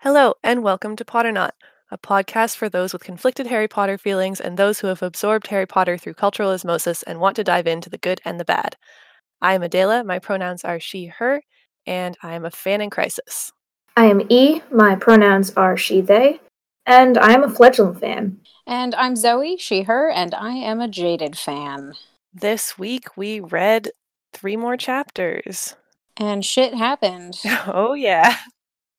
Hello, and welcome to Potternaut, a podcast for those with conflicted Harry Potter feelings and those who have absorbed Harry Potter through cultural osmosis and want to dive into the good and the bad. I am Adela, my pronouns are she, her, and I am a fan in crisis. I am E. My pronouns are she, they, and I am a fledgling fan. And I'm Zoe, she, her, and I am a jaded fan. This week we read three more chapters. And shit happened. Oh, yeah.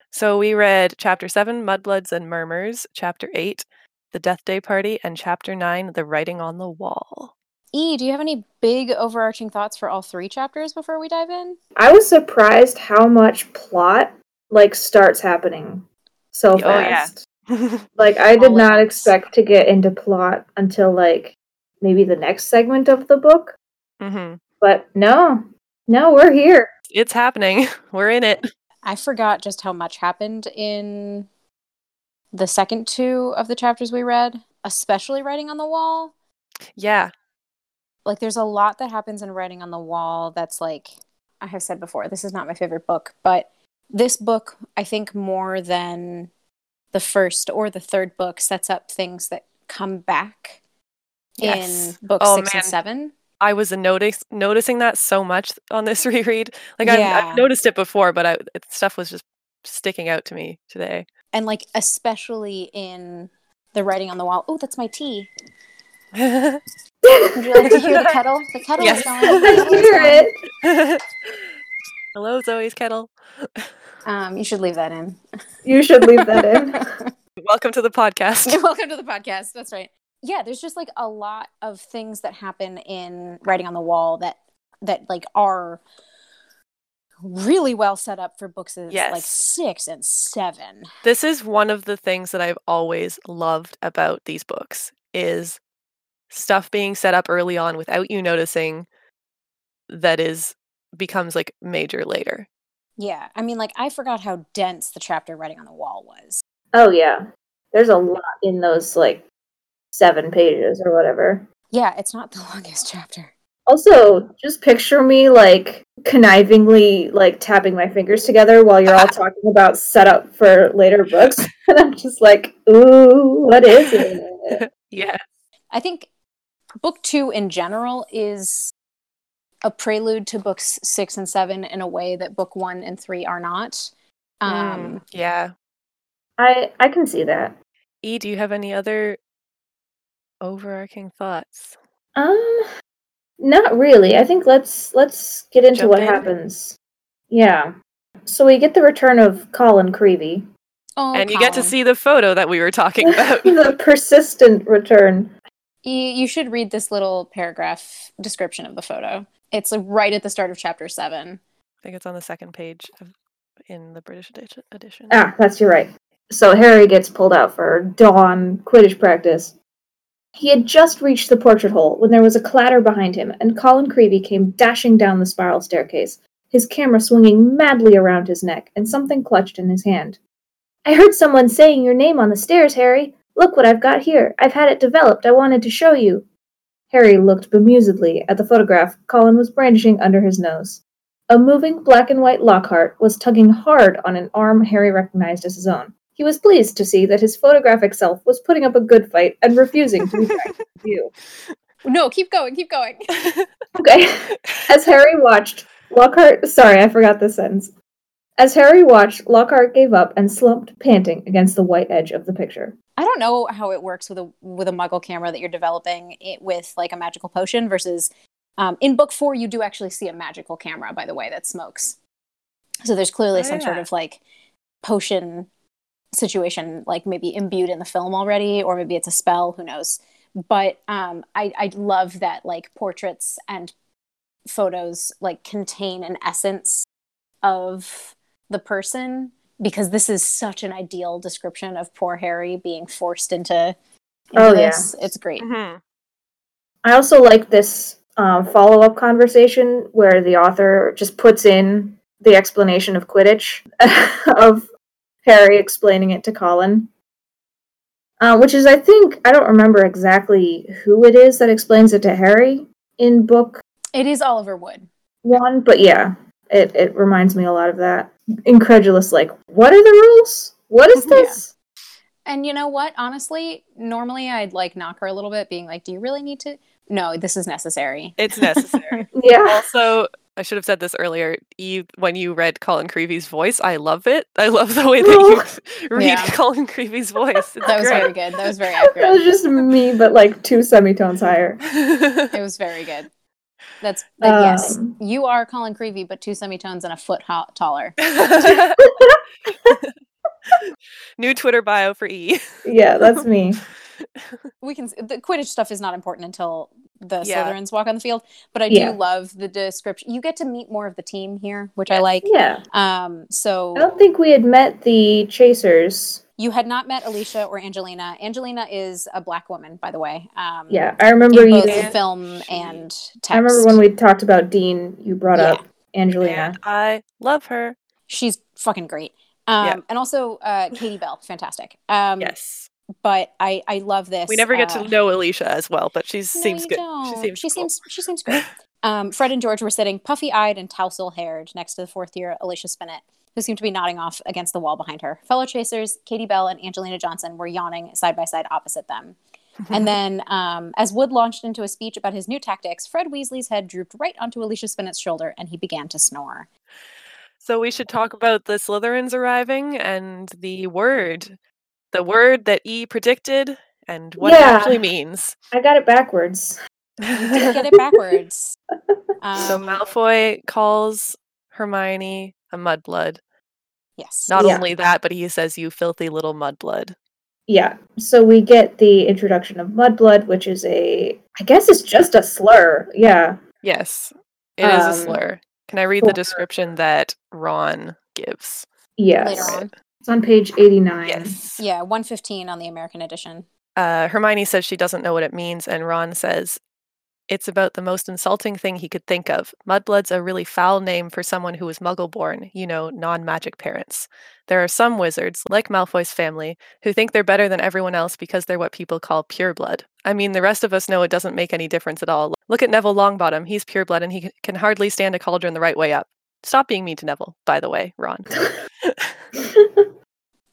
So we read Chapter 7, Mudbloods and Murmurs, Chapter 8, The Death Day Party, and Chapter 9, The Writing on the Wall. E, do you have any big overarching thoughts for all three chapters before we dive in? I was surprised how much plot like starts happening so Oh, yeah. fast. Like I All did at not once. expect to get into plot until like maybe the next segment of the book, hmm but no. No, we're here. It's happening. We're in it. I forgot just how much happened in the second two of the chapters we read, especially Writing on the Wall. Yeah. Like, there's a lot that happens in Writing on the Wall that's like, I have said before, this is not my favorite book, but this book, I think, more than the first or the third book, sets up things that come back Yes. in books Oh, six and man. seven. I was notice noticing that so much on this reread. Like I've, Yeah. I've noticed it before, but I, it, stuff was just sticking out to me today. and like especially in the writing on the wall. Oh, that's my tea. I Would you like to hear the kettle? The kettle Yes. is going. I The kettle is hear going. it. Hello, Zoe's kettle. Um, you should leave that in. You should leave that in. Welcome to the podcast. Welcome to the podcast. That's right. Yeah, there's just like a lot of things that happen in writing on the wall that that like are really well set up for books as like Yes. six and seven. This is one of the things that I've always loved about these books is stuff being set up early on without you noticing that is becomes like major later. Yeah, I mean, like I forgot how dense the chapter writing on the wall was. Oh yeah. There's a lot in those like 7 pages or whatever. Yeah, it's not the longest chapter. Also, just picture me like connivingly like tapping my fingers together while you're all talking about setup for later books, and I'm just like, ooh, what is it? Yeah. I think book two in general is a prelude to books six and seven in a way that book one and three are not. Hmm. Um, yeah. I I can see that. E, do you have any other overarching thoughts? Um, not really. I think let's let's get into Jump what in. happens. Yeah. So we get the return of Colin Creevy, oh, and you get to Colin. see the photo that we were talking about. the persistent return. You, you should read this little paragraph description of the photo. It's like, right at the start of chapter seven. I think it's on the second page of, in the British edi- edition. Ah, that's you're right. So Harry gets pulled out for dawn Quidditch practice. He had just reached the portrait hole when there was a clatter behind him, and Colin Creevy came dashing down the spiral staircase, his camera swinging madly around his neck and something clutched in his hand. I heard someone saying your name on the stairs, Harry. Look what I've got here. I've had it developed. I wanted to show you. Harry looked bemusedly at the photograph Colin was brandishing under his nose. A moving black and white Lockhart was tugging hard on an arm Harry recognized as his own. He was pleased to see that his photographic self was putting up a good fight and refusing to be dragged from view. No, keep going, keep going. Okay. As Harry watched, Lockhart. Sorry, I forgot this sentence. As Harry watched, Lockhart gave up and slumped, panting, against the white edge of the picture. I don't know how it works with a with a muggle camera that you're developing it with like a magical potion versus um, in book four you do actually see a magical camera by the way that smokes. So there's clearly Oh, some sort yeah. of like potion situation like maybe imbued in the film already or maybe it's a spell who knows. But um, I I love that like portraits and photos like contain an essence of the person because this is such an ideal description of poor Harry being forced into, into Oh, yeah. this. It's great. Mhm. I also like this um, follow up conversation where the author just puts in the explanation of Quidditch of Harry explaining it to Colin. Uh, which is, I think, I don't remember exactly who it is that explains it to Harry in book It is Oliver Wood. one, but yeah, it, it reminds me a lot of that. Incredulous, like, what are the rules? What is this? And you know what? Honestly, normally I'd like knock her a little bit, being like, "Do you really need to?" No, this is necessary. It's necessary. Yeah. also, I should have said this earlier. You, when you read Colin Creevy's voice, I love it. I love the way that you read Yeah. Colin Creevy's voice. It's That was very great. good. That was very that was accurate. just me, but like two semitones higher. it was very good. That's like, yes, Um, you are Colin Creevy, but two semitones and a foot ho- taller. New Twitter bio for E. Yeah, that's me. we can the Quidditch stuff is not important until the Yeah. Slytherins walk on the field, but I Yeah. do love the description. You get to meet more of the team here, which I Yes. like. Yeah. Um, so I don't think we had met the chasers. you had not met Alicia or Angelina. Angelina is a black woman, by the way. Um, Yeah, I remember in you. both Yeah. film She- and text. I remember when we talked about Dean. You brought Yeah. up Angelina. And I love her. she's fucking great. Um, Yeah. and also uh, Katie Bell, fantastic. Um, Yes. but I I love this. We never get uh, to know Alicia as well, but she No, seems you good. Don't. She seems she cool. seems she seems great. Um, Fred and George were sitting puffy-eyed and tousle-haired next to the fourth-year Alicia Spinett, who seemed to be nodding off against the wall behind her. Fellow chasers Katie Bell and Angelina Johnson were yawning side by side opposite them. And then, um, as Wood launched into a speech about his new tactics, Fred Weasley's head drooped right onto Alicia Spinett's shoulder, and he began to snore. So we should talk about the Slytherins arriving and the word, the word that E predicted and what it Yeah. actually means. I got it backwards. Didn't so get it backwards. Um, Malfoy calls Hermione a mudblood. yes, Not Yeah. only that, but he says, "You filthy little mudblood." Yeah. So we get the introduction of Mudblood, which is a, I guess it's just a slur. Yeah. Yes, it is Um, a slur. Can I read for- the description that Ron gives? Yes. later on. It's on page 89. Yes. Yeah, one fifteen on the American edition. uh, Hermione says she doesn't know what it means, and Ron says it's about the most insulting thing he could think of. Mudblood's a really foul name for someone who was muggle born, you know, non magic parents. There are some wizards, like Malfoy's family, who think they're better than everyone else because they're what people call pure blood. I mean, the rest of us know it doesn't make any difference at all. Look at Neville Longbottom. He's pure blood and he c- can hardly stand a cauldron the right way up. Stop being mean to Neville, by the way, Ron.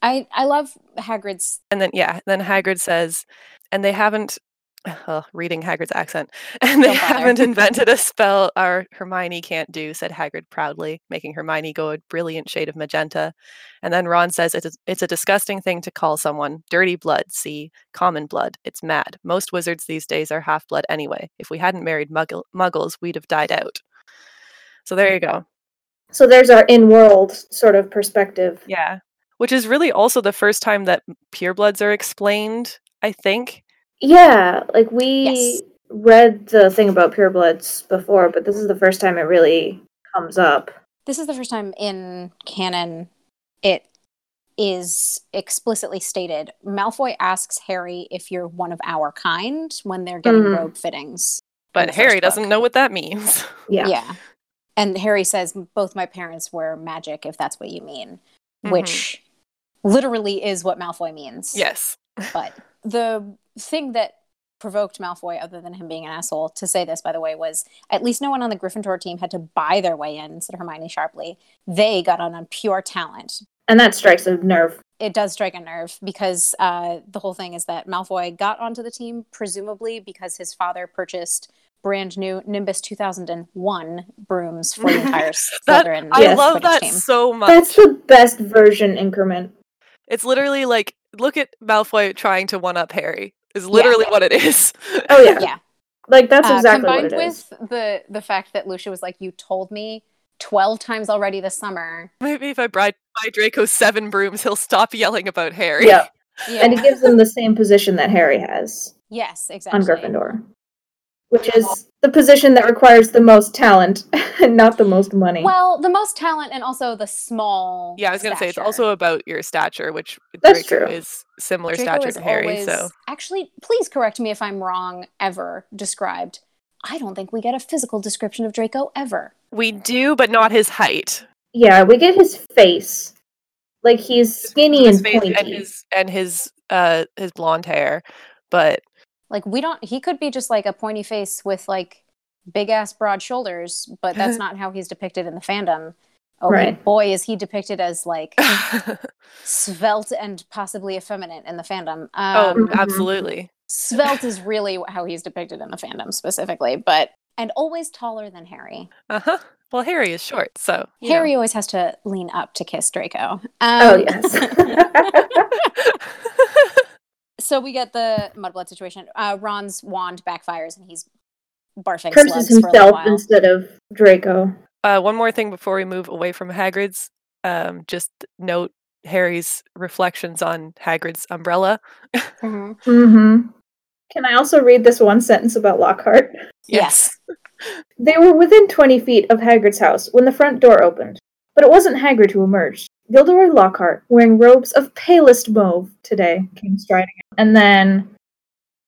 I I love Hagrid's And then yeah, then Hagrid says, and they haven't Ugh, reading Hagrid's accent, and they Don't bother. haven't invented a spell our Hermione can't do, said Hagrid proudly, making Hermione go a brilliant shade of magenta. And then Ron says it's a, it's a disgusting thing to call someone dirty blood, see, common blood. It's mad. Most wizards these days are half blood anyway. If we hadn't married muggle- muggles, we'd have died out. So there you go. So there's our in world sort of perspective. Yeah. Which is really also the first time that purebloods are explained, I think. Yeah. Like we Yes. read the thing about purebloods before, but this is the first time it really comes up. this is the first time in canon it is explicitly stated. Malfoy asks Harry if you're one of our kind when they're getting Mhm. robe fittings. But the Harry first book. doesn't know what that means. Yeah. And Harry says, Both my parents were magic, if that's what you mean, Mhm. which literally is what Malfoy means. Yes. But the thing that provoked Malfoy, other than him being an asshole, to say this, by the way, was at least no one on the Gryffindor team had to buy their way in, said Hermione sharply. They got on on pure talent. And that strikes a nerve. It does strike a nerve because uh, the whole thing is that Malfoy got onto the team, presumably because his father purchased brand new Nimbus 2001 brooms for the entire That- Slytherin I Yes. love Quidditch that team. so much. That's the best version increment. it's literally like look at Malfoy trying to one up Harry. Is literally what it is. Oh yeah. Yeah. Like that's Uh, exactly what combined it is. with the the fact that Lucia was like, "You told me twelve times already this summer." Maybe if I buy, buy Draco seven brooms, he'll stop yelling about Harry. Yeah. Yeah. And it gives them the same position that Harry has yes, exactly. on Gryffindor. Which is the position that requires the most talent and not the most money. Well, the most talent and also the small. Yeah, I was gonna say it's stature. also about your stature, which That's Draco true. is similar Draco stature is to Harry. always- So actually, please correct me if I'm wrong. Ever described? I don't think we get a physical description of Draco ever. we do, but not his height. yeah, we get his face. Like he's skinny His and face pointy. and his and his uh his blonde hair. But Like we don't. He could be just like a pointy face with like big ass broad shoulders, but that's not how he's depicted in the fandom. Oh Right. boy, is he depicted as like oh, svelte and possibly effeminate in the fandom. Um, oh, mhm. absolutely. svelte is really how he's depicted in the fandom specifically, but and always taller than Harry. Uh huh. Well, Harry is short, so you know. Harry always has to lean up to kiss Draco. Um, Oh yes. So we get the mudblood situation. Uh, Ron's wand backfires and he's barfing Curses slugs for a little himself while. instead of Draco. Uh, one more thing before we move away from Hagrid's, um, just note Harry's reflections on Hagrid's umbrella. Mhm. Mm-hmm. Can I also read this one sentence about Lockhart? Yes. They were within 20 feet of Hagrid's house when the front door opened, but it wasn't Hagrid who emerged. Gilderoy Lockhart, wearing robes of palest mauve today, came striding out. And then,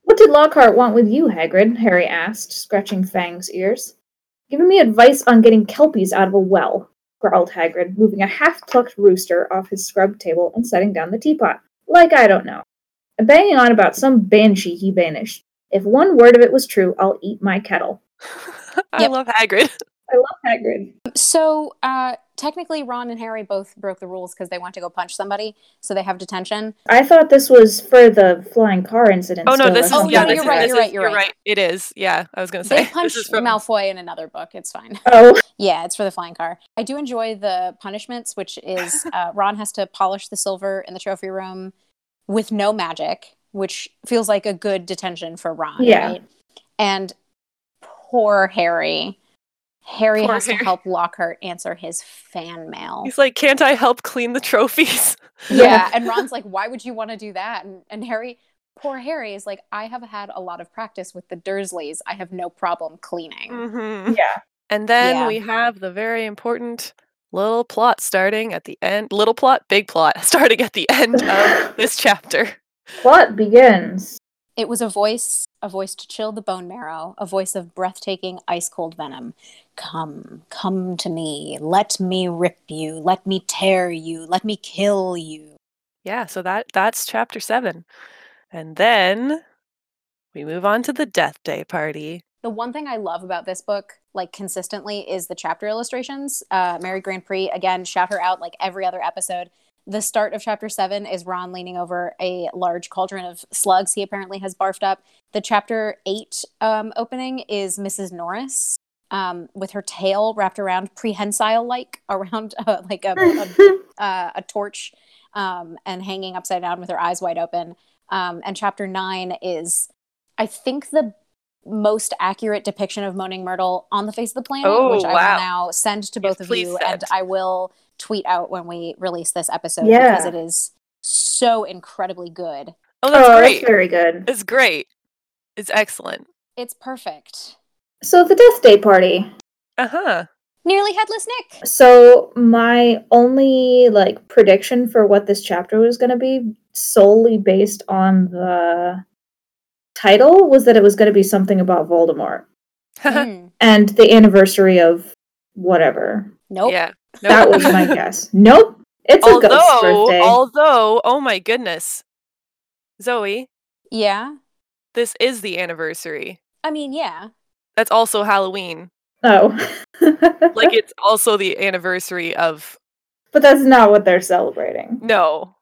What did Lockhart want with you, Hagrid? Harry asked, scratching Fang's ears. Giving me advice on getting kelpies out of a well, growled Hagrid, moving a half plucked rooster off his scrub table and setting down the teapot. Like I don't know. And banging on about some banshee he banished. If one word of it was true, I'll eat my kettle. I Yep. love Hagrid. I love Hagrid. So uh, technically, Ron and Harry both broke the rules because they went to go punch somebody, so they have detention. I thought this was for the flying car incident. Oh no, still, this or is Oh, something yeah, no, this like you're is- right, this that. you're is- right, you're right. It is. Yeah, I was gonna say They this punch is from- Malfoy in another book. It's fine. Oh, Yeah, it's for the flying car. I do enjoy the punishments, which is uh, Ron has to polish the silver in the trophy room with no magic, which feels like a good detention for Ron. Yeah. Right? And poor Harry. Harry Poor has to Harry. help Lockhart answer his fan mail. He's like, can't I help clean the trophies? yeah. And Ron's like, why would you want to do that? And, and Harry, poor Harry, is like, I have had a lot of practice with the Dursleys. I have no problem cleaning. hmm yeah. And then Yeah. we have the very important little plot starting at the end. Little plot, big plot, starting at the end of this chapter. Plot begins. It was a voice, a voice to chill the bone marrow, a voice of breathtaking, ice cold venom. Come, come to me. Let me rip you. Let me tear you. Let me kill you. Yeah, so that that's chapter seven, and then we move on to the Death Day party. The one thing I love about this book, like consistently, is the chapter illustrations. Uh, Mary Grand Prix, again, shout her out like every other episode. The start of chapter seven is Ron leaning over a large cauldron of slugs he apparently has barfed up. The chapter eight um, opening is Mrs. Norris um, with her tail wrapped around prehensile like around uh, like a, a uh, a torch um, and hanging upside down with her eyes wide open. Um, and chapter nine is, I think, the most accurate depiction of Moaning Myrtle on the face of the planet, Oh, which wow. I will now send to Yes, both of please you. send. And I will tweet out when we release this episode Yeah. because it is so incredibly good. Oh, that's oh, great! that's very good. It's great. It's excellent. It's perfect. So the Death Day party. Uh Uh-huh. huh. Nearly headless Nick. So my only like prediction for what this chapter was going to be, solely based on the title, was that it was going to be something about Voldemort Mm-hmm. Hmm. and the anniversary of whatever. Nope. Yeah. No. That was my guess. Nope. It's a ghost birthday. although, although, oh my goodness, Zoe, yeah. this is the anniversary. I mean, yeah. Um, That's also Halloween. Oh. Like it's also the anniversary of but that's not what they're celebrating. no,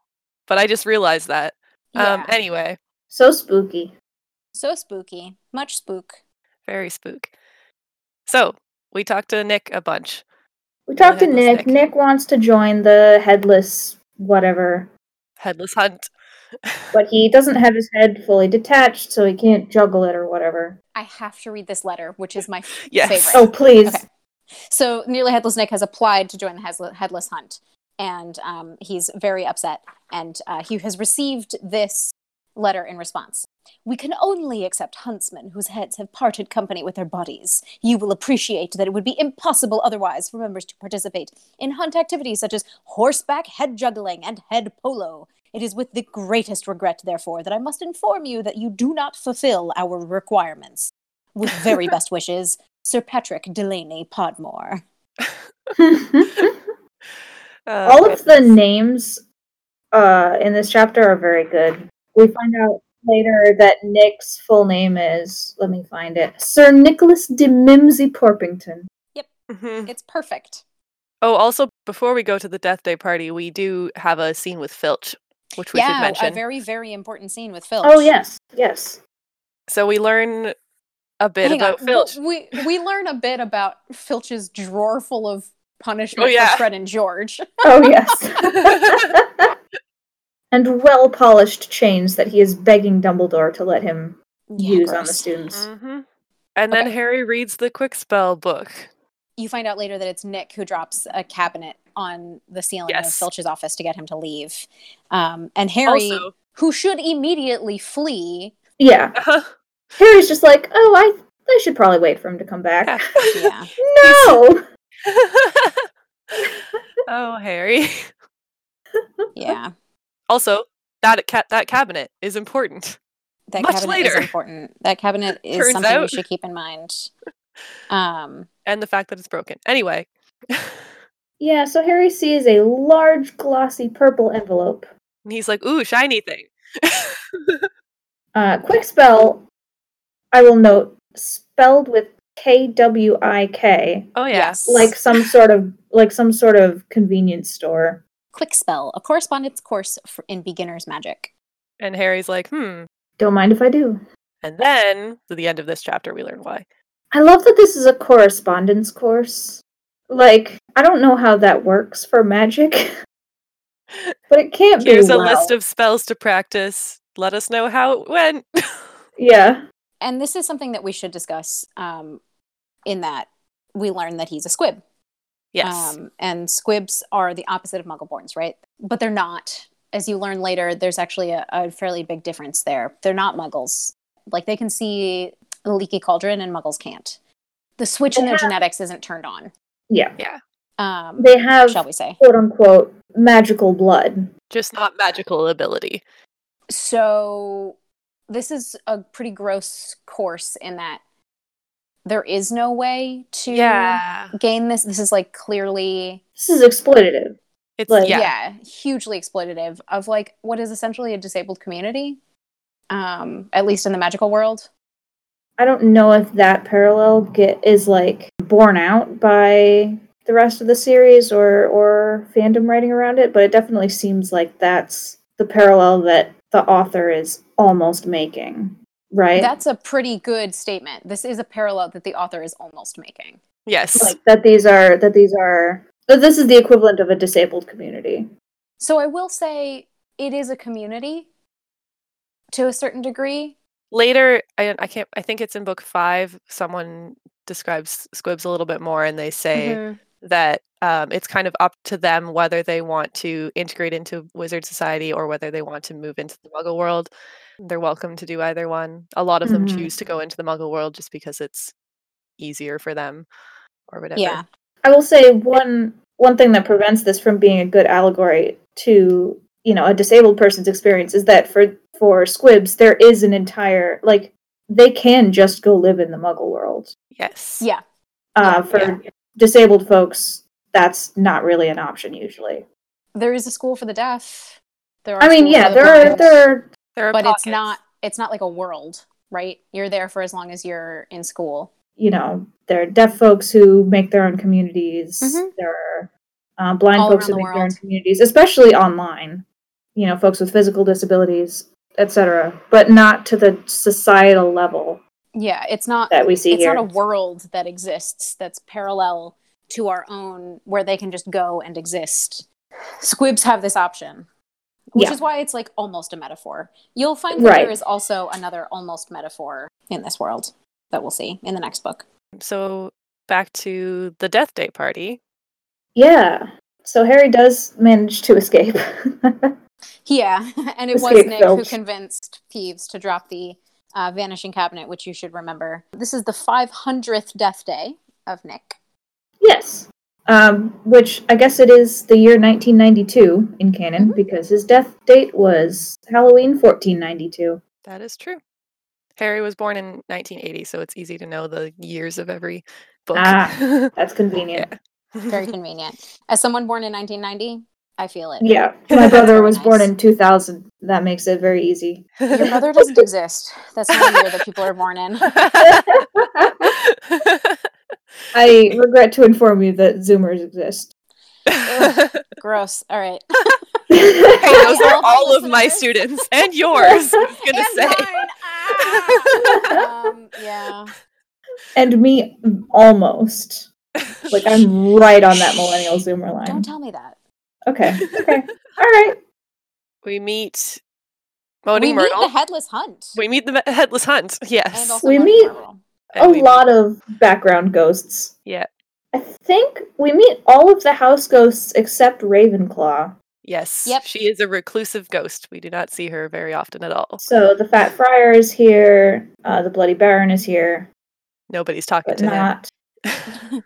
but I just realized that. Um. yeah. Anyway, So spooky. so spooky. Much spook. very spook. So we talked to Nick a bunch. We talked to Headless Nick. Nick. Nick wants to join the headless whatever, Headless Hunt. but he doesn't have his head fully detached, so he can't juggle it or whatever. I have to read this letter, which is my f- Yes. favorite. Oh, please. Okay. So, Nearly Headless Nick has applied to join the Headless, headless Hunt, and um, he's very upset. And uh, he has received this letter in response We can only accept huntsmen whose heads have parted company with their bodies. You will appreciate that it would be impossible otherwise for members to participate in hunt activities such as horseback head juggling and head polo. It is with the greatest regret, therefore, that I must inform you that you do not fulfill our requirements. With very best wishes, Sir Patrick Delaney Podmore. Uh, All of the goodness. names uh, in this chapter are very good. We find out later that Nick's full name is, let me find it, Sir Nicholas de Mimsey Porpington. Mm. Mhm. It's perfect. Oh, also before we go to the death day party, we do have a scene with Filch, which we should yeah, a mention. very very important scene with Filch. Oh yes, yes. so we learn a bit Hang on, about Filch. We we we learn a bit about Filch's drawer full of punishment Oh, yeah. for Fred and George. Oh yes. and well polished chains that he is begging Dumbledore to let him Yeah, use on the gross. Mm-hmm. students. hmm And then Okay. Harry reads the quick spell book. You find out later that it's Nick who drops a cabinet on the ceiling of Yes. Filch's office to get him to leave. Um, and Harry, Also, who should immediately flee, Yeah. uh-huh. Harry's just like, oh, I I should probably wait for him to come back. Yeah. yeah, No. oh, Harry. yeah, Also, that ca- that cabinet is important. that Much cabinet later. is important. That cabinet is Turns something we out. should keep in mind. Um, And the fact that it's broken. Anyway, Yeah, so Harry sees a large glossy purple envelope. and he's like, ooh, shiny thing. Uh, quick spell, I will note, spelled with K W I K, Oh, yeah. yes, like some sort of like some sort of convenience store. quick spell, a correspondence course for, in beginner's magic. And Harry's like, hmm. Don't mind if I do. And then, to the end of this chapter, we learn why. I love that this is a correspondence course. Like, I don't know how that works for magic, but it can't Here's be. a wow. list of spells to practice. Let us know how it went. yeah. and this is something that we should discuss um, in that we learn that he's a squib yes. um, and squibs are the opposite of muggleborns right but they're not as you learn later there's actually a, a fairly big difference there they're not muggles like they can see the leaky cauldron and muggles can't the switch in their Yeah. genetics isn't turned on Yeah. um, They have shall we say quote unquote magical blood. Just not magical ability. so this is a pretty gross course in that there is no way to gain this this is like clearly This is exploitative. It's, Like- yeah. yeah. hugely exploitative of like what is essentially a disabled community um at least in the magical world I don't know if that parallel get is like borne out by the rest of the series or or fandom writing around it, but it definitely seems like that's the parallel that the author is almost making, right? that's a pretty good statement this is a parallel that the author is almost making Yes. like that these are that these are that this is the equivalent of a disabled community. so i will say it is a community to a certain degree later I, I can't i think it's in book five someone describes squibs a little bit more and they say Mhm. that um, it's kind of up to them whether they want to integrate into wizard society or whether they want to move into the muggle world they're welcome to do either one a lot of Mhm. Mm-hmm. them choose to go into the muggle world just because it's easier for them or whatever yeah I will say one one thing that prevents this from being a good allegory to you know a disabled person's experience is that for for squibs there is an entire like they can just go live in the muggle world yes yeah uh, for yeah. disabled folks that's not really an option usually there is a school for the deaf there are i mean schools yeah for the there are blind, there are there are but it's pockets. not it's not like a world right you're there for as long as you're in school you know there are deaf folks who make their own communities Mhm. there are uh, blind All folks around who the make their own world. communities especially online you know folks with physical disabilities etc but not to the societal level yeah it's not that we see it's here not a world that exists that's parallel to our own where they can just go and exist squibs have this option which Yeah. is why it's like almost a metaphor you'll find that Right. there is also another almost metaphor in this world that we'll see in the next book so back to the death day party yeah so harry does manage to escape yeah and it was Escape nick who Phelps. convinced peeves to drop the uh, vanishing cabinet which you should remember this is the 500th death day of nick yes um, which i guess it is the year 1992 in canon Mhm. because his death date was halloween 1492 That is true. Harry was born in 1980, so it's easy to know the years of every book. Ah. that's convenient very convenient as someone born in 1990 i feel it Yeah, my That's brother very was born nice. in 2000. That makes it very easy. Your mother doesn't exist. That's not the year that people are born in. I regret to inform you that Zoomers exist. Ugh, gross. All right. Hey, those are All my all of my listeners. students and yours. I was gonna And say. mine. Ah. um, yeah. and me almost. Like I'm right on that millennial zoomer Don't line. tell me that. Okay. Okay. All right. We meet we Moaning meet Myrtle. the headless hunt. we meet the headless hunt. Yes. and also We Moaning meet- Myrtle. And a we meet- lot of background ghosts. Yeah. I think we meet all of the house ghosts except Ravenclaw. Yes. Yep. She is a reclusive ghost. We do not see her very often at all. So the Fat Friar is here, uh, the Bloody Baron is here, Nobody's talking but to them. not.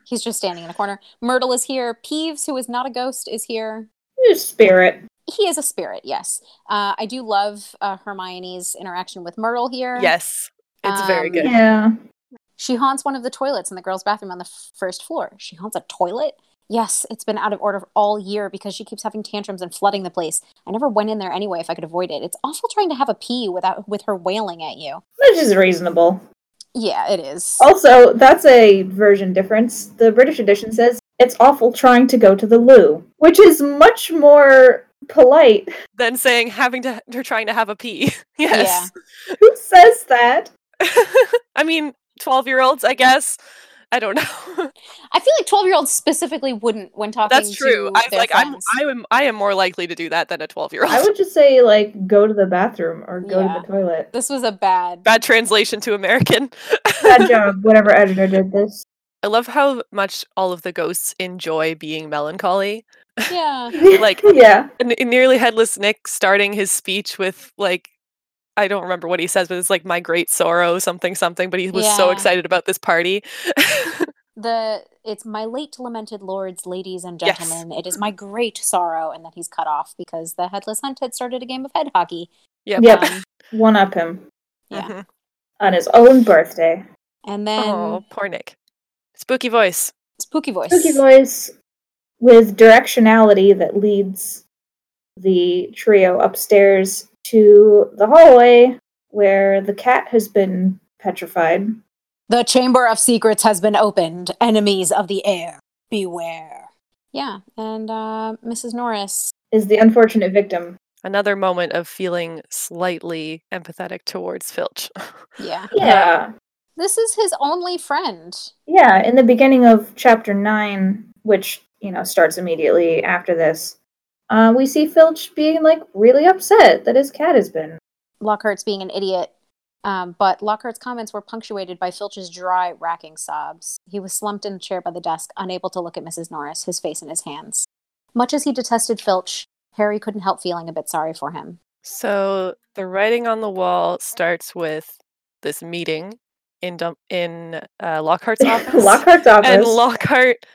He's just standing in a corner. Myrtle is here. Peeves, who is not a ghost, is here. Your spirit. He is a spirit, yes. Uh, I do love uh, Hermione's interaction with Myrtle here. Yes. It's very Um, good. Yeah. She haunts one of the toilets in the girls' bathroom on the f- first floor. She haunts a toilet? Yes, it's been out of order all year because she keeps having tantrums and flooding the place. I never went in there anyway if I could avoid it. It's awful trying to have a pee without with her wailing at you. Which is reasonable. Yeah, it is. Oh. Also, that's a version difference. The British edition says it's awful trying to go to the loo, which is much more polite. Then saying having to her trying to have a pee. yes. Who says that? I mean, twelve year olds, I guess. I don't know. I feel like twelve year olds specifically wouldn't when talking. That's true. To I their like I'm friends. I am I am more likely to do that than a twelve year I old. would just say like go to the bathroom or go Yeah. to the toilet. This was a bad. Bad translation to American. Bad job, whatever editor did this. I love how much all of the ghosts enjoy being melancholy. yeah. Like- yeah, And and nearly headless Nick starting his speech with like I don't remember what he says, but it's like my great sorrow, something, something. But he was so Yeah. excited about this party. The it's my late lamented lords, ladies, and gentlemen. It is my great sorrow, and then he's cut off because the headless hunt had started a game of head hockey. yep. Yep. Um, one up him yeah. Mhm. on his own birthday. and then Oh, poor Nick. Spooky voice. spooky voice. Spooky voice with directionality that leads the trio upstairs to the hallway where the cat has been petrified. The chamber of secrets has been opened. Enemies of the air, beware. Yeah, and uh, Mrs. Norris. Is the unfortunate victim. Another moment of feeling slightly empathetic towards Filch. Yeah, Yeah. this is his only friend. Uh, Yeah, in the beginning of chapter 9, which, you know, starts immediately after this, uh, we see Filch being, like, really upset that his cat has been Lockhart's being an idiot, um, but Lockhart's comments were punctuated by Filch's dry, racking sobs. He was slumped in a chair by the desk, unable to look at Mrs. Norris, his face in his hands. Much as he detested Filch, Harry couldn't help feeling a bit sorry for him. So the writing on the wall starts with this meeting in Dum- in uh, Lockhart's office, Lockhart's office. and Lockhart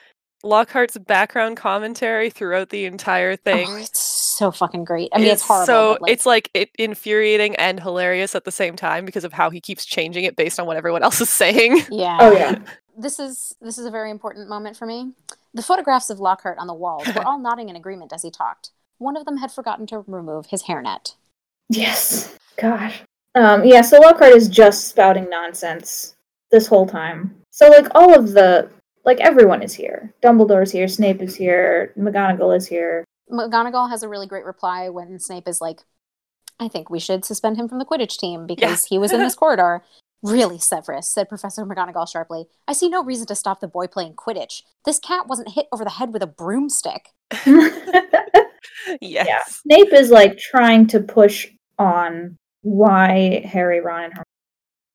Lockhart's background commentary throughout the entire thing. Oh, it's so fucking great. I mean, it's, is horrible. So but, like, it's like it, infuriating and hilarious at the same time because of how he keeps changing it based on what everyone else is saying. yeah. oh yeah. this is this is a very important moment for me. The photographs of Lockhart on the walls were all nodding in agreement as he talked. One of them had forgotten to remove his hairnet. Yes. Gosh. Um, yeah, so Lockhart is just spouting nonsense this whole time. So like all of the like everyone is here. Dumbledore's here, Snape is here, McGonagall is here. McGonagall has a really great reply when Snape is like, I think we should suspend him from the Quidditch team because he was in this corridor. Really, Severus, said Professor McGonagall sharply. I see no reason to stop the boy playing Quidditch. This cat wasn't hit over the head with a broomstick. Snape yes. is like trying to push on why Harry, Ron, and Hermione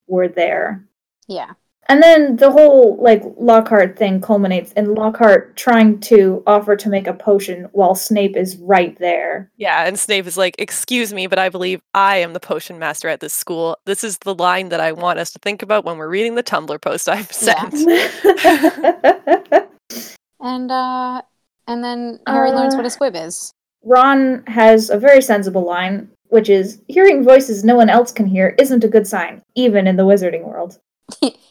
were there. Yeah. And then the whole like Lockhart thing culminates in Lockhart trying to offer to make a potion while Snape is right there. Yeah, and Snape is like, "Excuse me, but I believe I am the potion master at this school. This is the line that I want us to think about when we're reading the Tumblr post I've Yeah. sent." And uh and then Harry learns what a Uh. squib is. Ron has a very sensible line, which is hearing voices no one else can hear isn't a good sign, even in the wizarding world.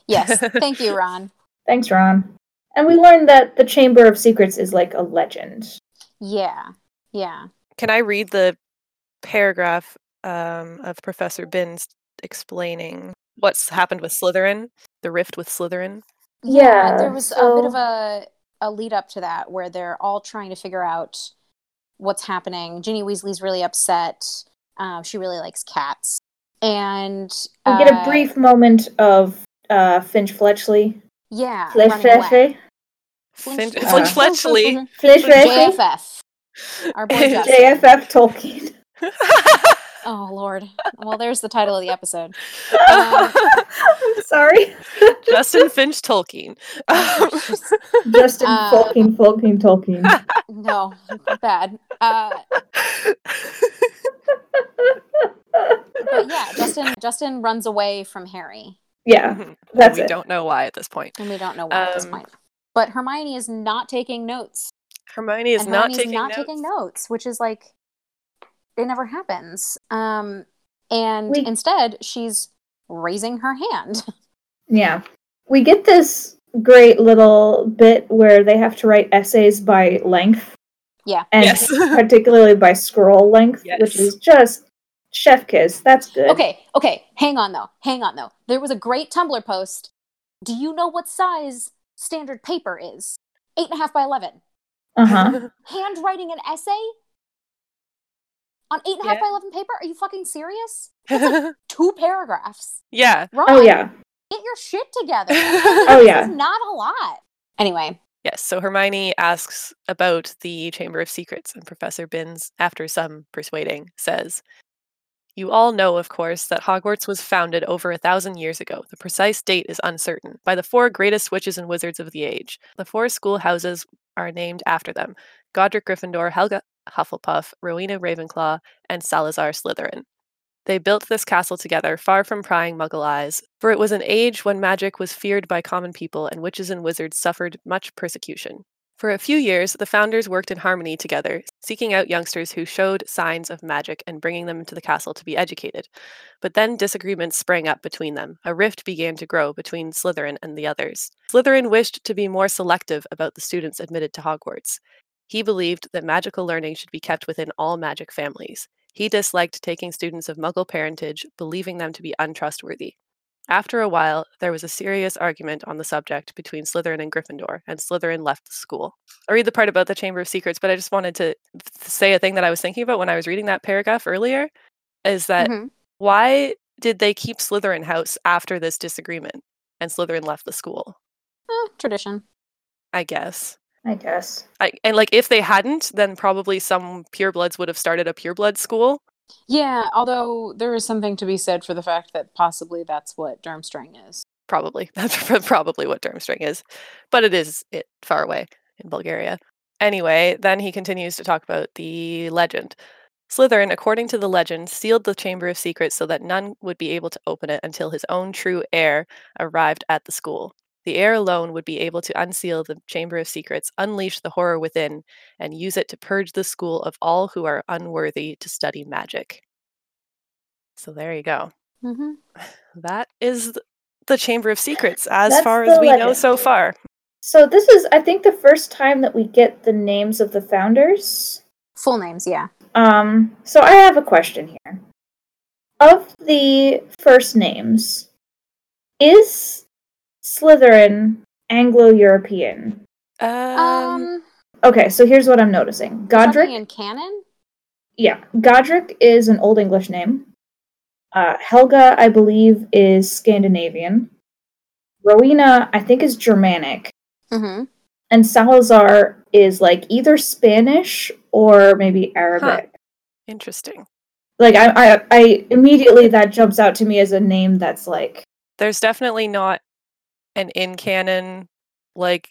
yes. Thank you, Ron. Thanks, Ron. And we learn that the Chamber of Secrets is like a legend. Yeah. Yeah. Can I read the paragraph um, of Professor Binns explaining what's happened with Slytherin, the rift with Slytherin? Yeah, there was a bit of so- a a lead up to that where they're all trying to figure out what's happening. Ginny Weasley's really upset. Um, she really likes cats, and We get a uh, brief moment of uh, Finch Fletchley. yeah Fletch Uh, running away. Fletchley. Flinch, Flinch- Flinch Fletchley. Fletch Fletchley. JFF. Our boy Justin. JFF Tolkien. Oh Lord. Well, there's the title of the episode. Uh, Sorry. Justin Finch Tolkien. Oh, Um, Justin Um, Tolkien, Tolkien, Tolkien. No, bad. Uh, but yeah, Justin. Justin runs away from Harry, yeah, Mhm. that's we it. don't know why at this point. and we don't know why at this Um, point. But Hermione is not taking notes. Hermione is and not, Hermione's taking, not notes. taking notes, which is like it never happens. Um, and We- instead, she's raising her hand. Yeah. We get this great little bit where they have to write essays by length. Yeah. And Yes. particularly by scroll length, Yes. which is just chef kiss. That's good. Okay, okay, hang on though, hang on though. There was a great Tumblr post. Do you know what size standard paper is? Eight and a half by eleven. Uh huh. Handwriting an essay on eight and a half by eleven paper? Are you fucking serious? Two paragraphs. yeah. Ron, Oh yeah. get your shit together. Oh This yeah. is not a lot. Anyway, Yes. So Hermione asks about the Chamber of Secrets, and Professor Binns, after some persuading, says, You all know, of course, that Hogwarts was founded over a thousand years ago. The precise date is uncertain, by the four greatest witches and wizards of the age. The four schoolhouses are named after them Godric Gryffindor, Helga Hufflepuff, Rowena Ravenclaw, and Salazar Slytherin. They built this castle together, far from prying Muggle eyes, for it was an age when magic was feared by common people and witches and wizards suffered much persecution. For a few years, the founders worked in harmony together, seeking out youngsters who showed signs of magic and bringing them to the castle to be educated. But then disagreements sprang up between them. A rift began to grow between Slytherin and the others. Slytherin wished to be more selective about the students admitted to Hogwarts. He believed that magical learning should be kept within all magic families. He disliked taking students of Muggle parentage, believing them to be untrustworthy. After a while, there was a serious argument on the subject between Slytherin and Gryffindor, and Slytherin left the school. I read the part about the Chamber of Secrets, but I just wanted to th- say a thing that I was thinking about when I was reading that paragraph earlier is that mhm. why did they keep Slytherin House after this disagreement and Slytherin left the school? Eh, tradition. I guess. I guess. I, and like if they hadn't, then probably some purebloods would have started a pureblood school. Yeah, although there is something to be said for the fact that possibly that's what Durmstrang is. Probably. That's pro- probably what Durmstrang is. But it is it far away in Bulgaria. Anyway, then he continues to talk about the legend. Slytherin, according to the legend, sealed the Chamber of Secrets so that none would be able to open it until his own true heir arrived at the school. The heir alone would be able to unseal the Chamber of Secrets, unleash the horror within, and use it to purge the school of all who are unworthy to study magic. So there you go. hmm That is th- the Chamber of Secrets as That's far the as we know legend. so far. So this is, I think, the first time that we get the names of the founders. Full names, yeah. Um. So I have a question here. Of the first names, is Slytherin Anglo-European? Um, Um, Okay, so here's what I'm noticing. Godric Godric and Canon. Yeah, Godric is an Old English name. Uh, Helga, I believe, is Scandinavian. Rowena, I think, is Germanic. Mm-hmm. And Salazar is like either Spanish or maybe Arabic. interesting. Like, I, I, I immediately that jumps out to me as a name that's like, There's definitely not an in canon like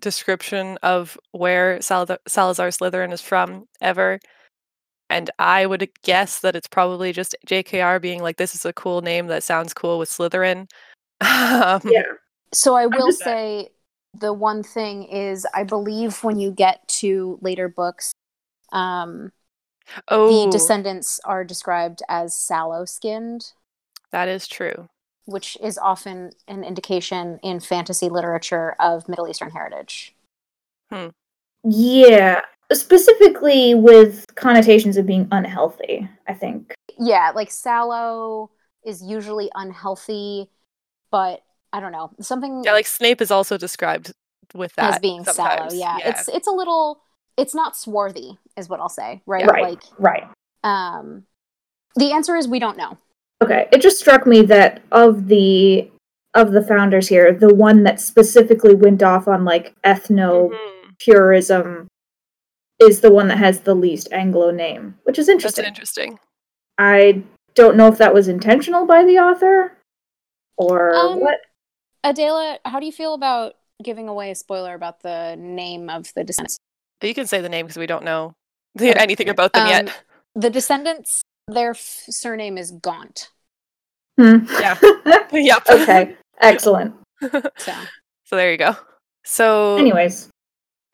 description of where Sal- Salazar Slytherin is from ever. And I would guess that it's probably just JKR being like, this is a cool name that sounds cool with Slytherin. um, Yeah. So I will just- uh, say the one thing is I believe when you get to later books, um, Oh, the descendants are described as sallow skinned, that is true. which is often an indication in fantasy literature of Middle Eastern heritage. yeah. Specifically with connotations of being unhealthy, I think. yeah like sallow is usually unhealthy but i don't know something Yeah, like Snape is also described with that Mm. as being sometimes. sallow. Yeah. it's it's a little. It's not swarthy, is what I'll say. Right. Right. Like, Right. um, the answer is we don't know. Okay. It just struck me that of the of the founders here, the one that specifically went off on like ethno Mhm. purism is the one that has the least Anglo name, which is That's interesting. interesting. I don't know if that was intentional by the author or Um, what. Adela, how do you feel about giving away a spoiler about the name of the descendants? You can say the name because we don't know Okay. anything about them Um, yet. The descendants, their f- surname is Gaunt. Hmm. Yeah. Um, yep. okay. Excellent. So, So there you go. So Anyways,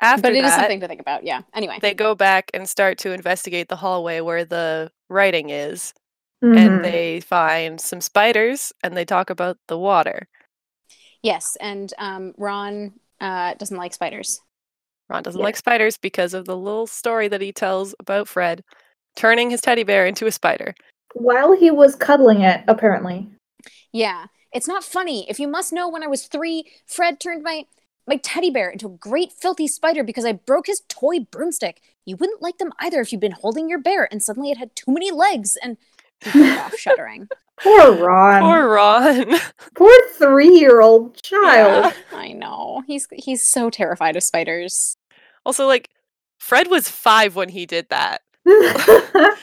after but it is that, something to think about. Yeah. Anyway, they go back and start to investigate the hallway where the writing is, Mhm. Mm-hmm. and they find some spiders, and they talk about the water. yes, and um, Ron uh, doesn't like spiders. Ron doesn't Yeah. like spiders because of the little story that he tells about Fred turning his teddy bear into a spider. while he was cuddling it, apparently. Yeah, it's not funny. If you must know, when I was three, Fred turned my my teddy bear into a great filthy spider because I broke his toy broomstick. You wouldn't like them either if you'd been holding your bear and suddenly it had too many legs and he broke off shuddering. Poor Um Ron. Poor Ron. Poor three-year-old child. I know. He's he's so terrified of spiders. also, like, Fred was five when he did that.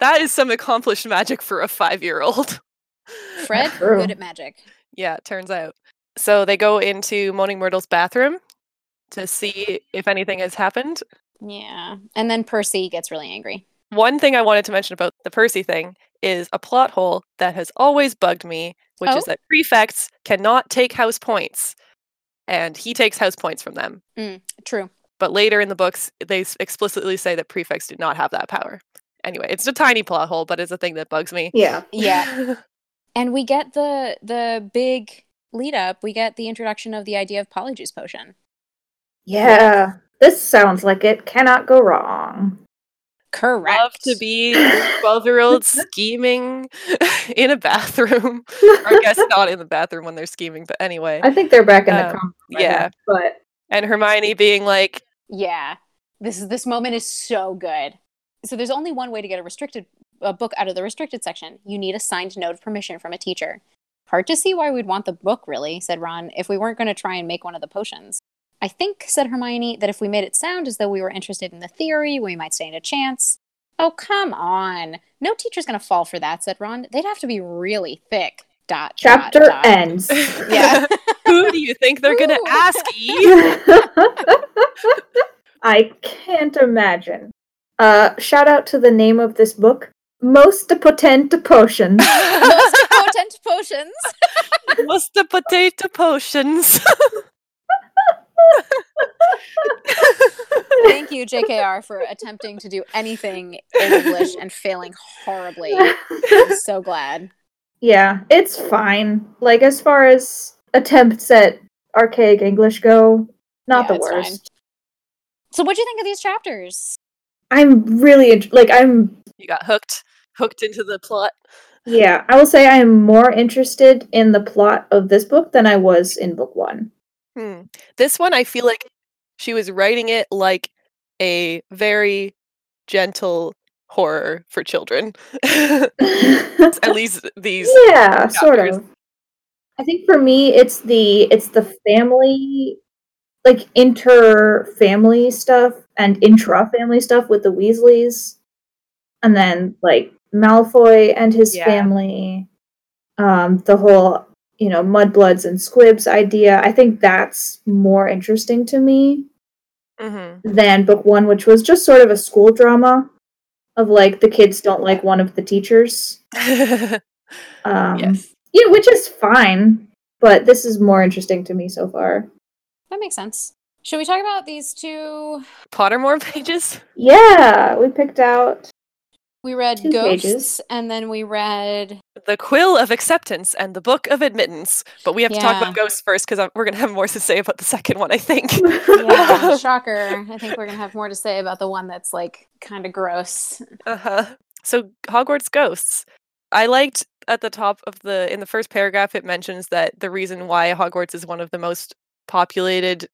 That is some accomplished magic for a five year old. Fred, True. good at magic. Yeah, it turns out. So they go into Moaning Myrtle's bathroom to see if anything has happened. Yeah. And then Percy gets really angry. One thing I wanted to mention about the Percy thing is a plot hole that has always bugged me, which is Oh? that prefects cannot take house points. And he takes house points from them. True. But later in the books, they s- explicitly say that prefects do not have that power. Anyway, it's a tiny plot hole, but it's a thing that bugs me. yeah. Yeah. And we get the the big lead up. We get the introduction of the idea of polyjuice potion. Yeah. This sounds like it cannot go wrong. Correct. love to be 12 year olds scheming in a bathroom. or I guess not in the bathroom when they're scheming, but anyway. I think they're back in the Um, com. yeah. But And Hermione being like, Yeah. This is this moment is so good. So there's only one way to get a restricted a book out of the restricted section. You need a signed note of permission from a teacher. Hard to see why we'd want the book, really, said Ron, if we weren't going to try and make one of the potions. I think, said Hermione, that if we made it sound as though we were interested in the theory, we might stand a chance. Oh, come on. No teacher's going to fall for that, said Ron. They'd have to be really thick. Dot. dot, chapter dot. ends. Yeah. Who do you think they're going to Ooh. ask? E? I can't imagine. Uh, shout out to the name of this book, Most Potent Potion. Most potent potions. What's the potato potions? Thank you, JKR, for attempting to do anything in English and failing horribly. I'm so glad. yeah, it's fine. Like as far as attempts at archaic English go, not Yeah, the it's fine. worst. So, what do you think of these chapters? I'm really int- like I'm. you got hooked, hooked into the plot. Yeah, I will say I am more interested in the plot of this book than I was in book one. Hmm. This one, I feel like she was writing it like a very gentle horror for children. At least these. yeah sort chapters. of i think for me it's the it's the family like inter family stuff and intra family stuff with the weasleys and then like malfoy and his Yeah. family um the whole you know mudbloods and squibs idea i think that's more interesting to me Mm-hmm. Mhm. than book one which was just sort of a school drama of like the kids don't like one of the teachers um yes. yeah, which is fine, but this is more interesting to me so far. That makes sense. Should we talk about these two? Pottermore pages? Yeah, we picked out. We read Two Ghosts, pages. and then we read. the quill of acceptance and the book of admittance but we have to talk Yeah. about ghosts first because we're going to have more to say about the second one i think Yeah, shocker. I think we're going to have more to say about the one that's like kind of gross. uh-huh. so hogwarts ghosts i liked at the top of the in the first paragraph it mentions that the reason why hogwarts is one of the most populated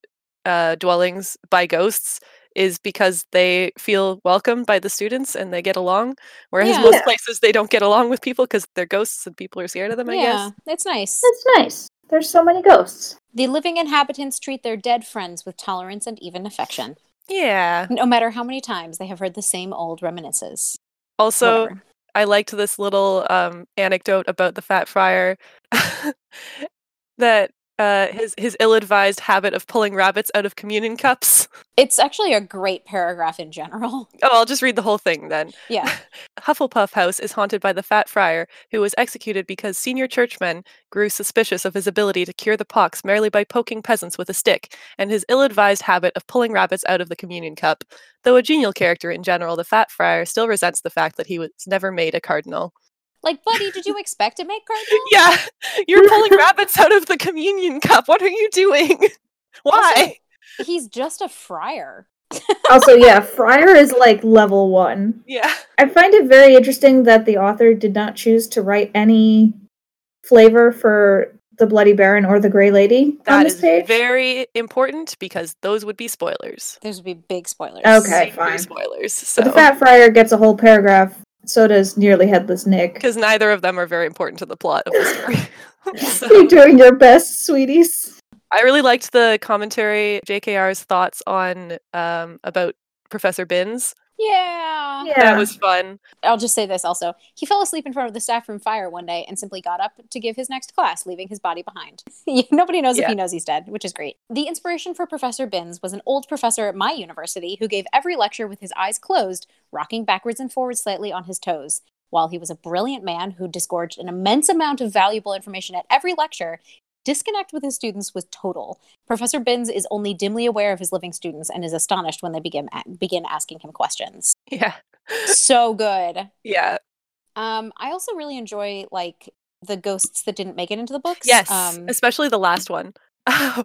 uh, dwellings by ghosts is because they feel welcome by the students and they get along. Whereas Yeah. most places they don't get along with people because they're ghosts and people are scared of them. I yeah, guess. it's nice. That's nice. There's so many ghosts. The living inhabitants treat their dead friends with tolerance and even affection, Yeah. no matter how many times they have heard the same old reminiscences. Also, Whatever. I liked this little um, anecdote about the fat friar that uh, his his ill-advised habit of pulling rabbits out of communion cups. it's actually a great paragraph in general. Oh, I'll just read the whole thing then. Yeah, Hufflepuff House is haunted by the fat friar who was executed because senior churchmen grew suspicious of his ability to cure the pox merely by poking peasants with a stick and his ill-advised habit of pulling rabbits out of the communion cup. Though a genial character in general, the fat friar still resents the fact that he was never made a cardinal. like buddy, did you expect to make cardinal? Yeah, you're pulling rabbits out of the communion cup. What are you doing? Why? He's just a friar. Also, yeah, Friar is like level one. Yeah. I find it very interesting that the author did not choose to write any flavor for the Bloody Baron or the Grey Lady on That this is page. very important because those would be spoilers. Those would be big spoilers. Okay. Secret fine. Spoilers. But So, the Fat Friar gets a whole paragraph. So does Nearly Headless Nick. because neither of them are very important to the plot of the story. You're so, doing your best, sweeties. I really liked the commentary, JKR's thoughts on um, about Professor Binns. Yeah. That was fun. I'll just say this also. He fell asleep in front of the staff room fire one day and simply got up to give his next class, leaving his body behind. Nobody knows if Yeah. he knows he's dead, which is great. The inspiration for Professor Binns was an old professor at my university who gave every lecture with his eyes closed, rocking backwards and forwards slightly on his toes. While he was a brilliant man who disgorged an immense amount of valuable information at every lecture, disconnect with his students was total. Professor Binns is only dimly aware of his living students and is astonished when they begin, begin asking him questions. Yeah. so good. Yeah. Um, I also really enjoy like the ghosts that didn't make it into the books. Yes. Um, especially the last one.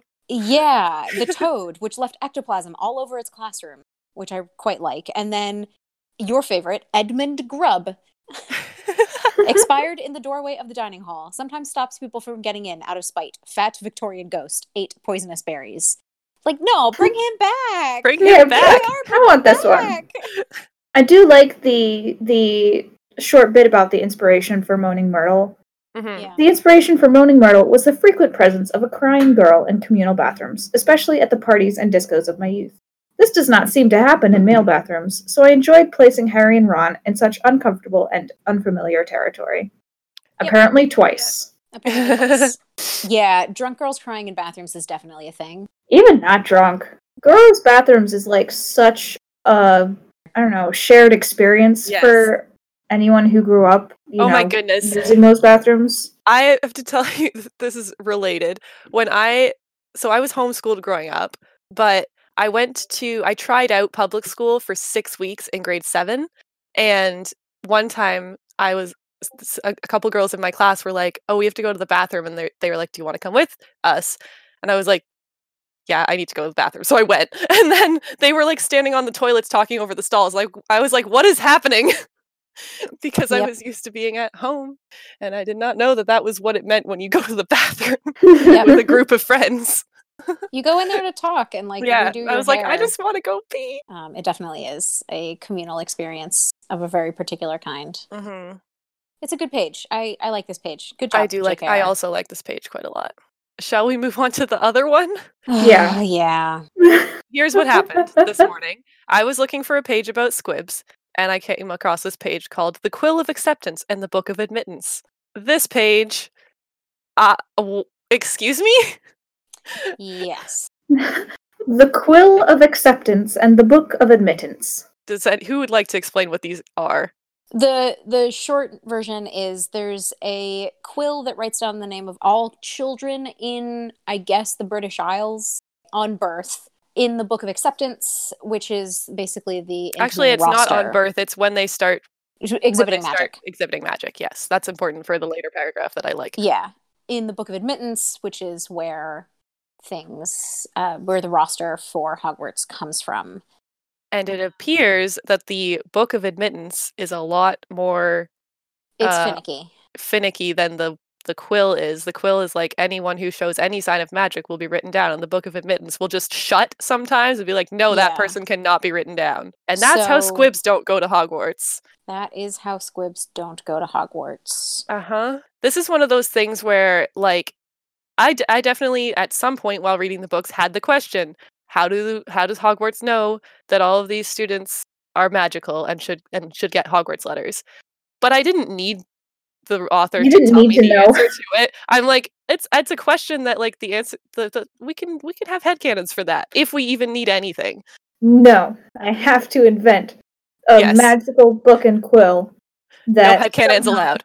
yeah, the toad, which left ectoplasm all over its classroom, which I quite like. And then your favorite, Edmund Grubb, Mm-hmm. expired in the doorway of the dining hall. Sometimes stops people from getting in out of spite. Fat Victorian ghost ate poisonous berries. Like, no, bring him back. Bring Yeah, him back. We are I want this one. back. I do like the the short bit about the inspiration for Moaning Myrtle. Mhm. Yeah. The inspiration for Moaning Myrtle was the frequent presence of a crying girl in communal bathrooms, especially at the parties and discos of my youth. This does not seem to happen in male bathrooms, so I enjoyed placing Harry and Ron in such uncomfortable and unfamiliar territory. Yep. Apparently twice. Apparently yes. yeah, drunk girls crying in bathrooms is definitely a thing. Even not drunk. Girls' bathrooms is like such a I don't know, shared experience Yes. for anyone who grew up, you Oh my know, goodness. using those bathrooms. I have to tell you, th- this is related. When I, so I was homeschooled growing up, but I went to, I tried out public school for six weeks in grade seven. And one time I was, s- s- a a couple girls in my class were like, oh, we have to go to the bathroom. And they they were like, do you want to come with us? And I was like, yeah, I need to go to the bathroom. So I went. And then they were like standing on the toilets talking over the stalls. Like, I was like, what is happening? because I Yep. was used to being at home and I did not know that that was what it meant when you go to the bathroom with a group of friends. You go in there to talk and like yeah, redo I your was like, I hair. just want to go pee. um, it definitely is a communal experience of a very particular kind. It's a good page. I I like this page. Good job. Mm-hmm. I do like. I JKR. also like this page quite a lot. Shall we move on to the other one? Yeah. yeah. Here's what happened this morning. I was looking for a page about squibs, and I came across this page called "The Quill of Acceptance and the Book of Admittance." This page, uh, w- excuse me. Yes. the Quill of Acceptance and the Book of Admittance. Does that, who would like to explain what these are? The the short version is there's a quill that writes down the name of all children in I guess the British Isles on birth in the Book of Acceptance, which is basically the Actually, it's incoming not on roster. birth. It's when they start when they exhibiting start magic. Exhibiting magic, yes. That's important for the later paragraph that I like. Yeah, in the Book of Admittance, which is where things, uh, where the roster for Hogwarts comes from. And it appears that the Book of Admittance is a lot more It's Uh, finicky. finicky than the the quill is. The quill is like anyone who shows any sign of magic will be written down, and the Book of Admittance will just shut sometimes and be like, no, that Yeah. person cannot be written down. And that's how So- squibs don't go to Hogwarts. That is how squibs don't go to Hogwarts. Uh Uh-huh. huh. This is one of those things where, like, I, d- I definitely at some point while reading the books had the question: How do how does Hogwarts know that all of these students are magical and should and should get Hogwarts letters? But I didn't need the author to You didn't tell need me to the know. answer to it. I'm like, it's it's a question that like the answer the, the we can we can have headcanons for that if we even need anything. No, I have to invent a Yes. magical book and quill No that headcanons allowed.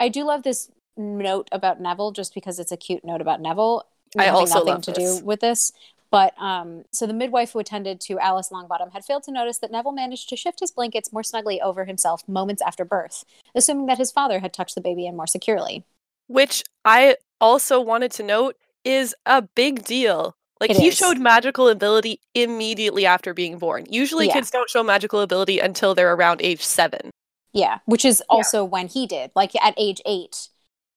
I do love this note about Neville just because it's a cute note about Neville. I having also nothing love to this. do with this. But um, so the midwife who attended to Alice Longbottom had failed to notice that Neville managed to shift his blankets more snugly over himself moments after birth, assuming that his father had touched the baby in more securely. which I also wanted to note is a big deal. Like It he is. showed magical ability immediately after being born. Usually Yeah. kids don't show magical ability until they're around age 7. Yeah, which is also when he did, like at age eight.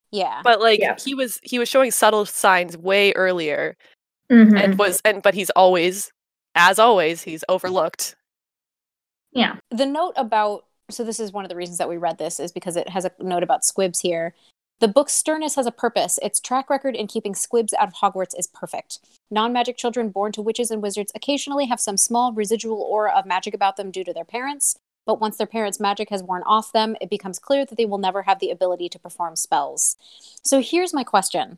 Yeah, But like Yeah. he was he was showing subtle signs way earlier Mhm. Mm-hmm. and was and but he's always as always he's overlooked. yeah, the note about so this is one of the reasons that we read this is because it has a note about squibs here the book's sternness has a purpose its track record in keeping squibs out of hogwarts is perfect non-magic children born to witches and wizards occasionally have some small residual aura of magic about them due to their parents but once their parents magic has worn off them it becomes clear that they will never have the ability to perform spells so here's my question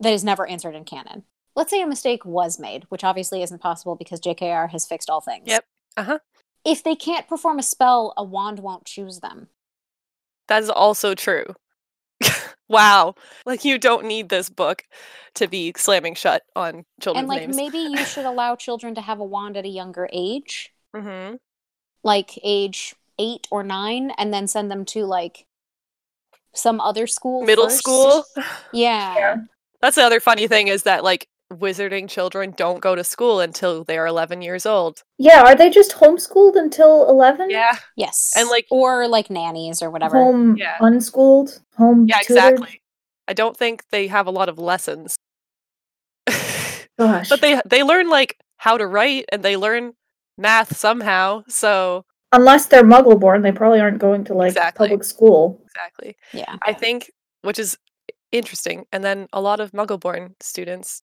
that is never answered in canon let's say a mistake was made which obviously isn't possible because jkr has fixed all things Yep. Uh-huh. if they can't perform a spell, a wand won't choose them. That is also true. wow. Like you don't need this book to be slamming shut on children's and like names. maybe you should allow children to have a wand at a younger age, mm-hmm. like age 8 or 9 and then send them to like some other school Middle first. school. Yeah. Yeah. That's the other funny thing is that like wizarding children don't go to school until they are 11 years old. yeah. Are they just homeschooled until eleven? Yes. And, like- or like nannies or whatever. home Yeah. unschooled, home Yeah, tutored? exactly. I don't think they have a lot of lessons. but Gosh, they they learn like how to write and they learn math somehow. So unless they're Muggle born, they probably aren't going to like Exactly. public school. exactly. Yeah. I think which is interesting. And then a lot of muggle-born students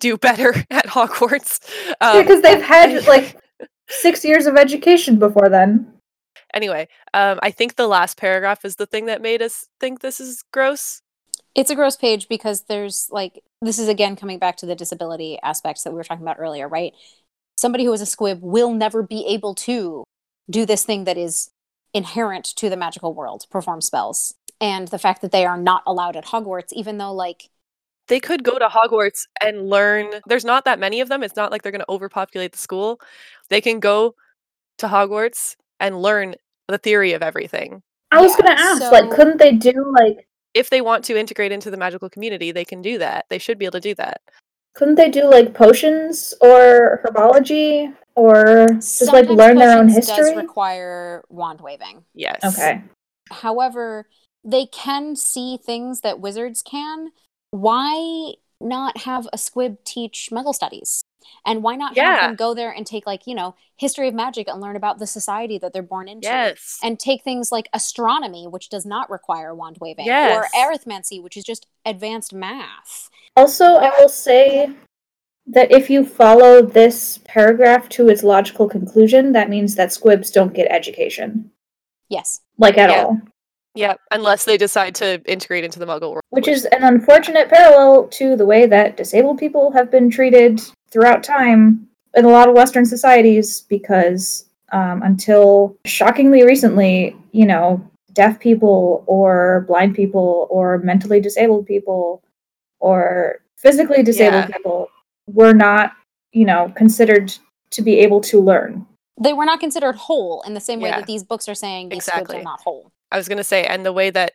do better at Hogwarts. Yeah, Um, because they've had like six years of education before then. anyway, um, I think the last paragraph is the thing that made us think this is gross. It's a gross page because there's like this is again coming back to the disability aspects that we were talking about earlier, right? Somebody who is a squib will never be able to do this thing that is inherent to the magical world, perform spells. And the fact that they are not allowed at Hogwarts, even though like they could go to Hogwarts and learn. There's not that many of them. It's not like they're going to overpopulate the school. They can go to Hogwarts and learn the theory of everything. I was Yeah, gonna ask, like, so- couldn't they do like, If they want to integrate into the magical community, they can do that. They should be able to do that. couldn't they do like potions or herbology or just like sometimes learn their own potions history? does require wand waving. Yes. okay, However, they can see things that wizards can. Why not have a squib teach muggle studies? And why not Yeah. have them go there and take like, you know, history of magic and learn about the society that they're born into? Yes. And take things like astronomy, which does not require wand waving, Yes. or arithmancy, which is just advanced math. Also, I will say that if you follow this paragraph to its logical conclusion, that means that squibs don't get education, Yes. like at Yeah. all, yeah. Unless they decide to integrate into the Muggle world, which is an unfortunate parallel to the way that disabled people have been treated throughout time in a lot of Western societies, because um, until shockingly recently, you know, deaf people or blind people or mentally disabled people or physically disabled Yeah. people were not, you know, considered to be able to learn. They were not considered whole in the same way Yeah. that these books are saying these Exactly. squibs are not whole. I was going to say, and the way that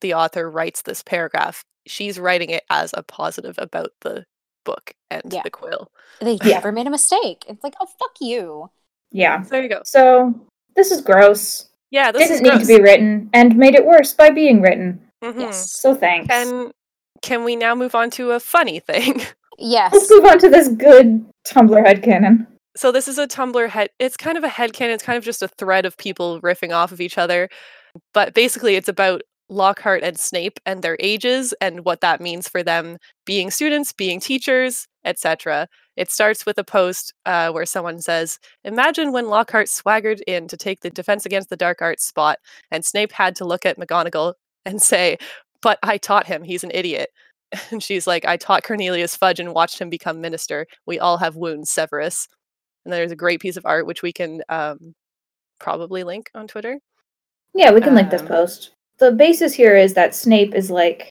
the author writes this paragraph, she's writing it as a positive about the book and Yeah. the quill. They Yeah. never made a mistake. It's like, oh fuck you. Yeah. There you go. So this is gross. Yeah, this Mm-hmm. Didn't is need gross. to be written and made it worse by being written. Mhm. Yes. So thanks. Can can we now move on to a funny thing? Yes. Let's move on to this good Tumblr headcanon. So this is a Tumblr head. It's kind of a headcanon. It's kind of just a thread of people riffing off of each other, but basically it's about Lockhart and Snape and their ages and what that means for them being students, being teachers, etc. It starts with a post uh, where someone says, "Imagine when Lockhart swaggered in to take the Defense Against the Dark Arts spot, and Snape had to look at McGonagall and say." But I taught him. He's an idiot. And she's like, I taught Cornelius Fudge and watched him become minister. We all have wounds, Severus. And there's a great piece of art which we can um, probably link on Twitter. Yeah, we can link this Um, post. The basis here is that Snape is like,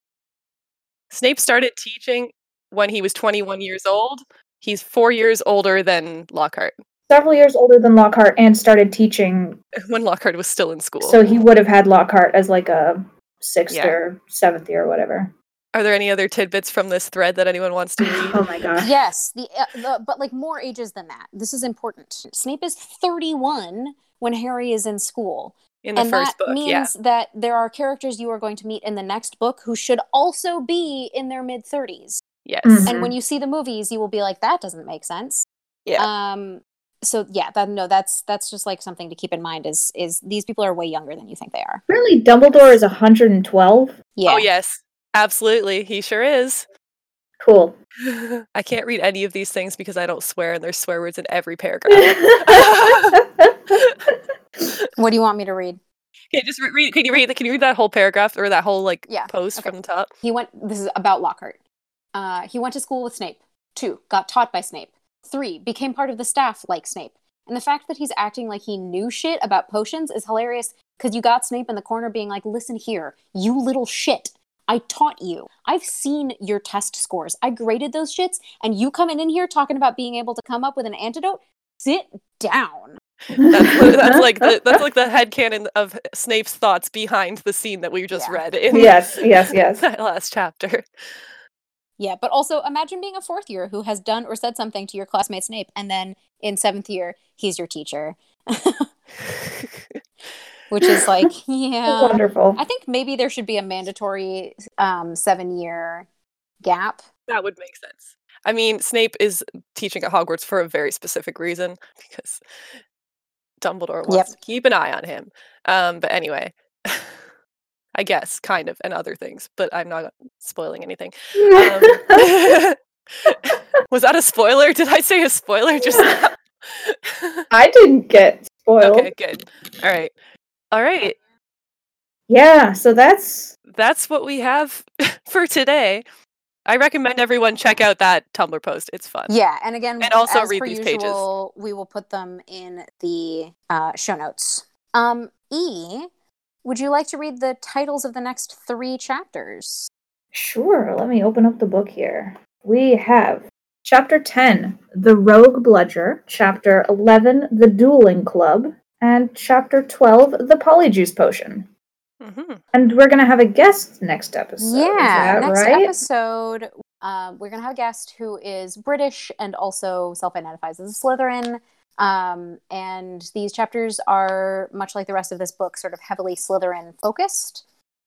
Snape started teaching when he was 21 years old. He's four years older than Lockhart, several years older than Lockhart and started teaching, when Lockhart was still in school. so he would have had Lockhart as like a sixth Yeah. or seventh year or whatever. Are there any other tidbits from this thread that anyone wants to read? Oh my gosh. Yes. The, uh, the but like more ages than that. This is important. Snape is 31 when Harry is in school. In the and first that book, means yeah. that there are characters you are going to meet in the next book who should also be in their mid 30s. Yes. Mhm. And when you see the movies, you will be like, that doesn't make sense. Mm-hmm. Yeah. Um. So yeah, that no, that's that's just like something to keep in mind is is these people are way younger than you think they are. Apparently, Dumbledore is 112. Yeah. Oh, yes. Absolutely. He sure is. Cool. I can't read any of these things because I don't swear, and there's swear words in every paragraph. I What do you want me to read? Okay, just re- read. Can you read? Can you read that whole paragraph or that whole like Yeah, post okay. from the top? He went. This is about Lockhart. Uh, he went to school with Snape. Two, got taught by Snape. Three, became part of the staff like Snape. And the fact that he's acting like he knew shit about potions is hilarious because you got Snape in the corner being like, listen here, you little shit. I taught you. I've seen your test scores. I graded those shits, and you coming in here talking about being able to come up with an antidote? Sit down. That's, li- that's like the, that's like the headcanon of Snape's thoughts behind the scene that we just Yeah. read in yes, yes, yes. that last chapter. Yeah, but also imagine being a fourth year who has done or said something to your classmate Snape, and then in seventh year, he's your teacher, which is like, yeah. Wonderful. I think maybe there should be a mandatory um, seven year gap. that would make sense. I mean, Snape is teaching at Hogwarts for a very specific reason because Dumbledore wants Yep. to keep an eye on him. Um, but anyway, I guess kind of and other things, but I'm not spoiling anything. Um, was that a spoiler? Did I say a spoiler just now? I didn't get spoiled. okay, good. All right. All right. Yeah, so that's That's what we have for today. I recommend everyone check out that Tumblr post. It's fun. Yeah, and again, And also as read per these pages. usual, we will put them in the uh, show notes. Um, e, would you like to read the titles of the next three chapters? Sure, let me open up the book here. We have chapter 10, The Rogue Bludger, chapter 11, The Dueling Club, and chapter 12, The Polyjuice Potion. hmm And we're going to have a guest next episode. is yeah, that next right? episode, um, we're gonna have a guest who is British and also self-identifies as a Slytherin. Um, and these chapters are much like the rest of this book, sort of heavily Slytherin focused.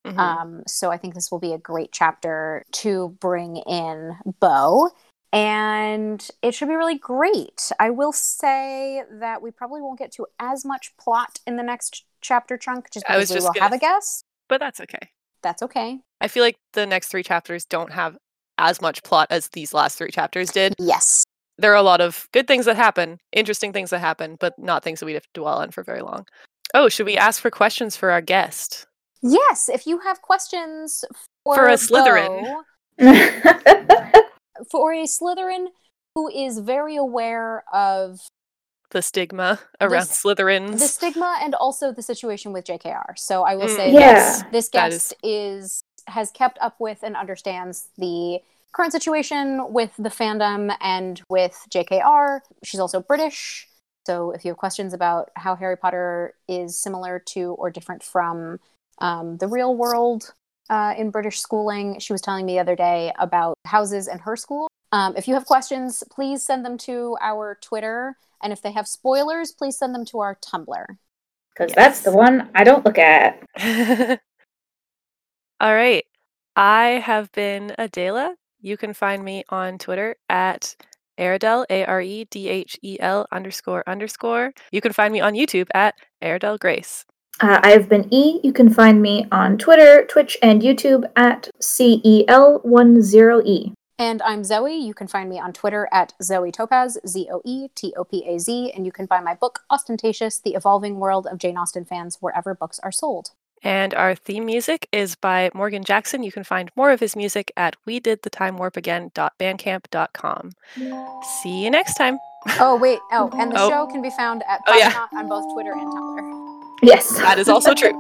Mm-hmm. Um, so I think this will be a great chapter to bring in Bo. And it should be really great. I will say that we probably won't get to as much plot in the next chapter chunk just I was because we just will gonna- have a guest. But that's okay. That's okay. I feel like the next three chapters don't have as much plot as these last three chapters did. Yes. There are a lot of good things that happen, interesting things that happen, but not things that we'd have to dwell on for very long. Oh, should we ask for questions for our guest? Yes, if you have questions for, For a Slytherin. Beau- for a Slytherin who is very aware of The stigma around This- Slytherins. the stigma and also the situation with JKR. So I will Mm. say Yeah. this this That guest is has kept up with and understands the current situation with the fandom and with JKR. She's also British. So if you have questions about how Harry Potter is similar to or different from um, the real world uh, in British schooling, she was telling me the other day about houses in her school. Um, if you have questions, please send them to our Twitter. And if they have spoilers, please send them to our Tumblr. Because that's the one I don't look at. All All right. I have been Adela. You can find me on Twitter at Aredel, A R E D H E L underscore underscore. You can find me on YouTube at Aredel Grace. Uh, I have been E. You can find me on Twitter, Twitch, and YouTube at E CEL10E. And I'm Zoe. You can find me on Twitter at Zoe Topaz, Z O E T O P A Z. And you can buy my book, Ostentatious The Evolving World of Jane Austen Fans, wherever books are sold. And our theme music is by Morgan Jackson. You can find more of his music at we did the time warp again.bandcamp.com. See you next time. Oh, wait. Oh, and the Oh. show can be found at Oh, yeah. Bucknot on both Twitter and Tumblr. Yes. That is also true.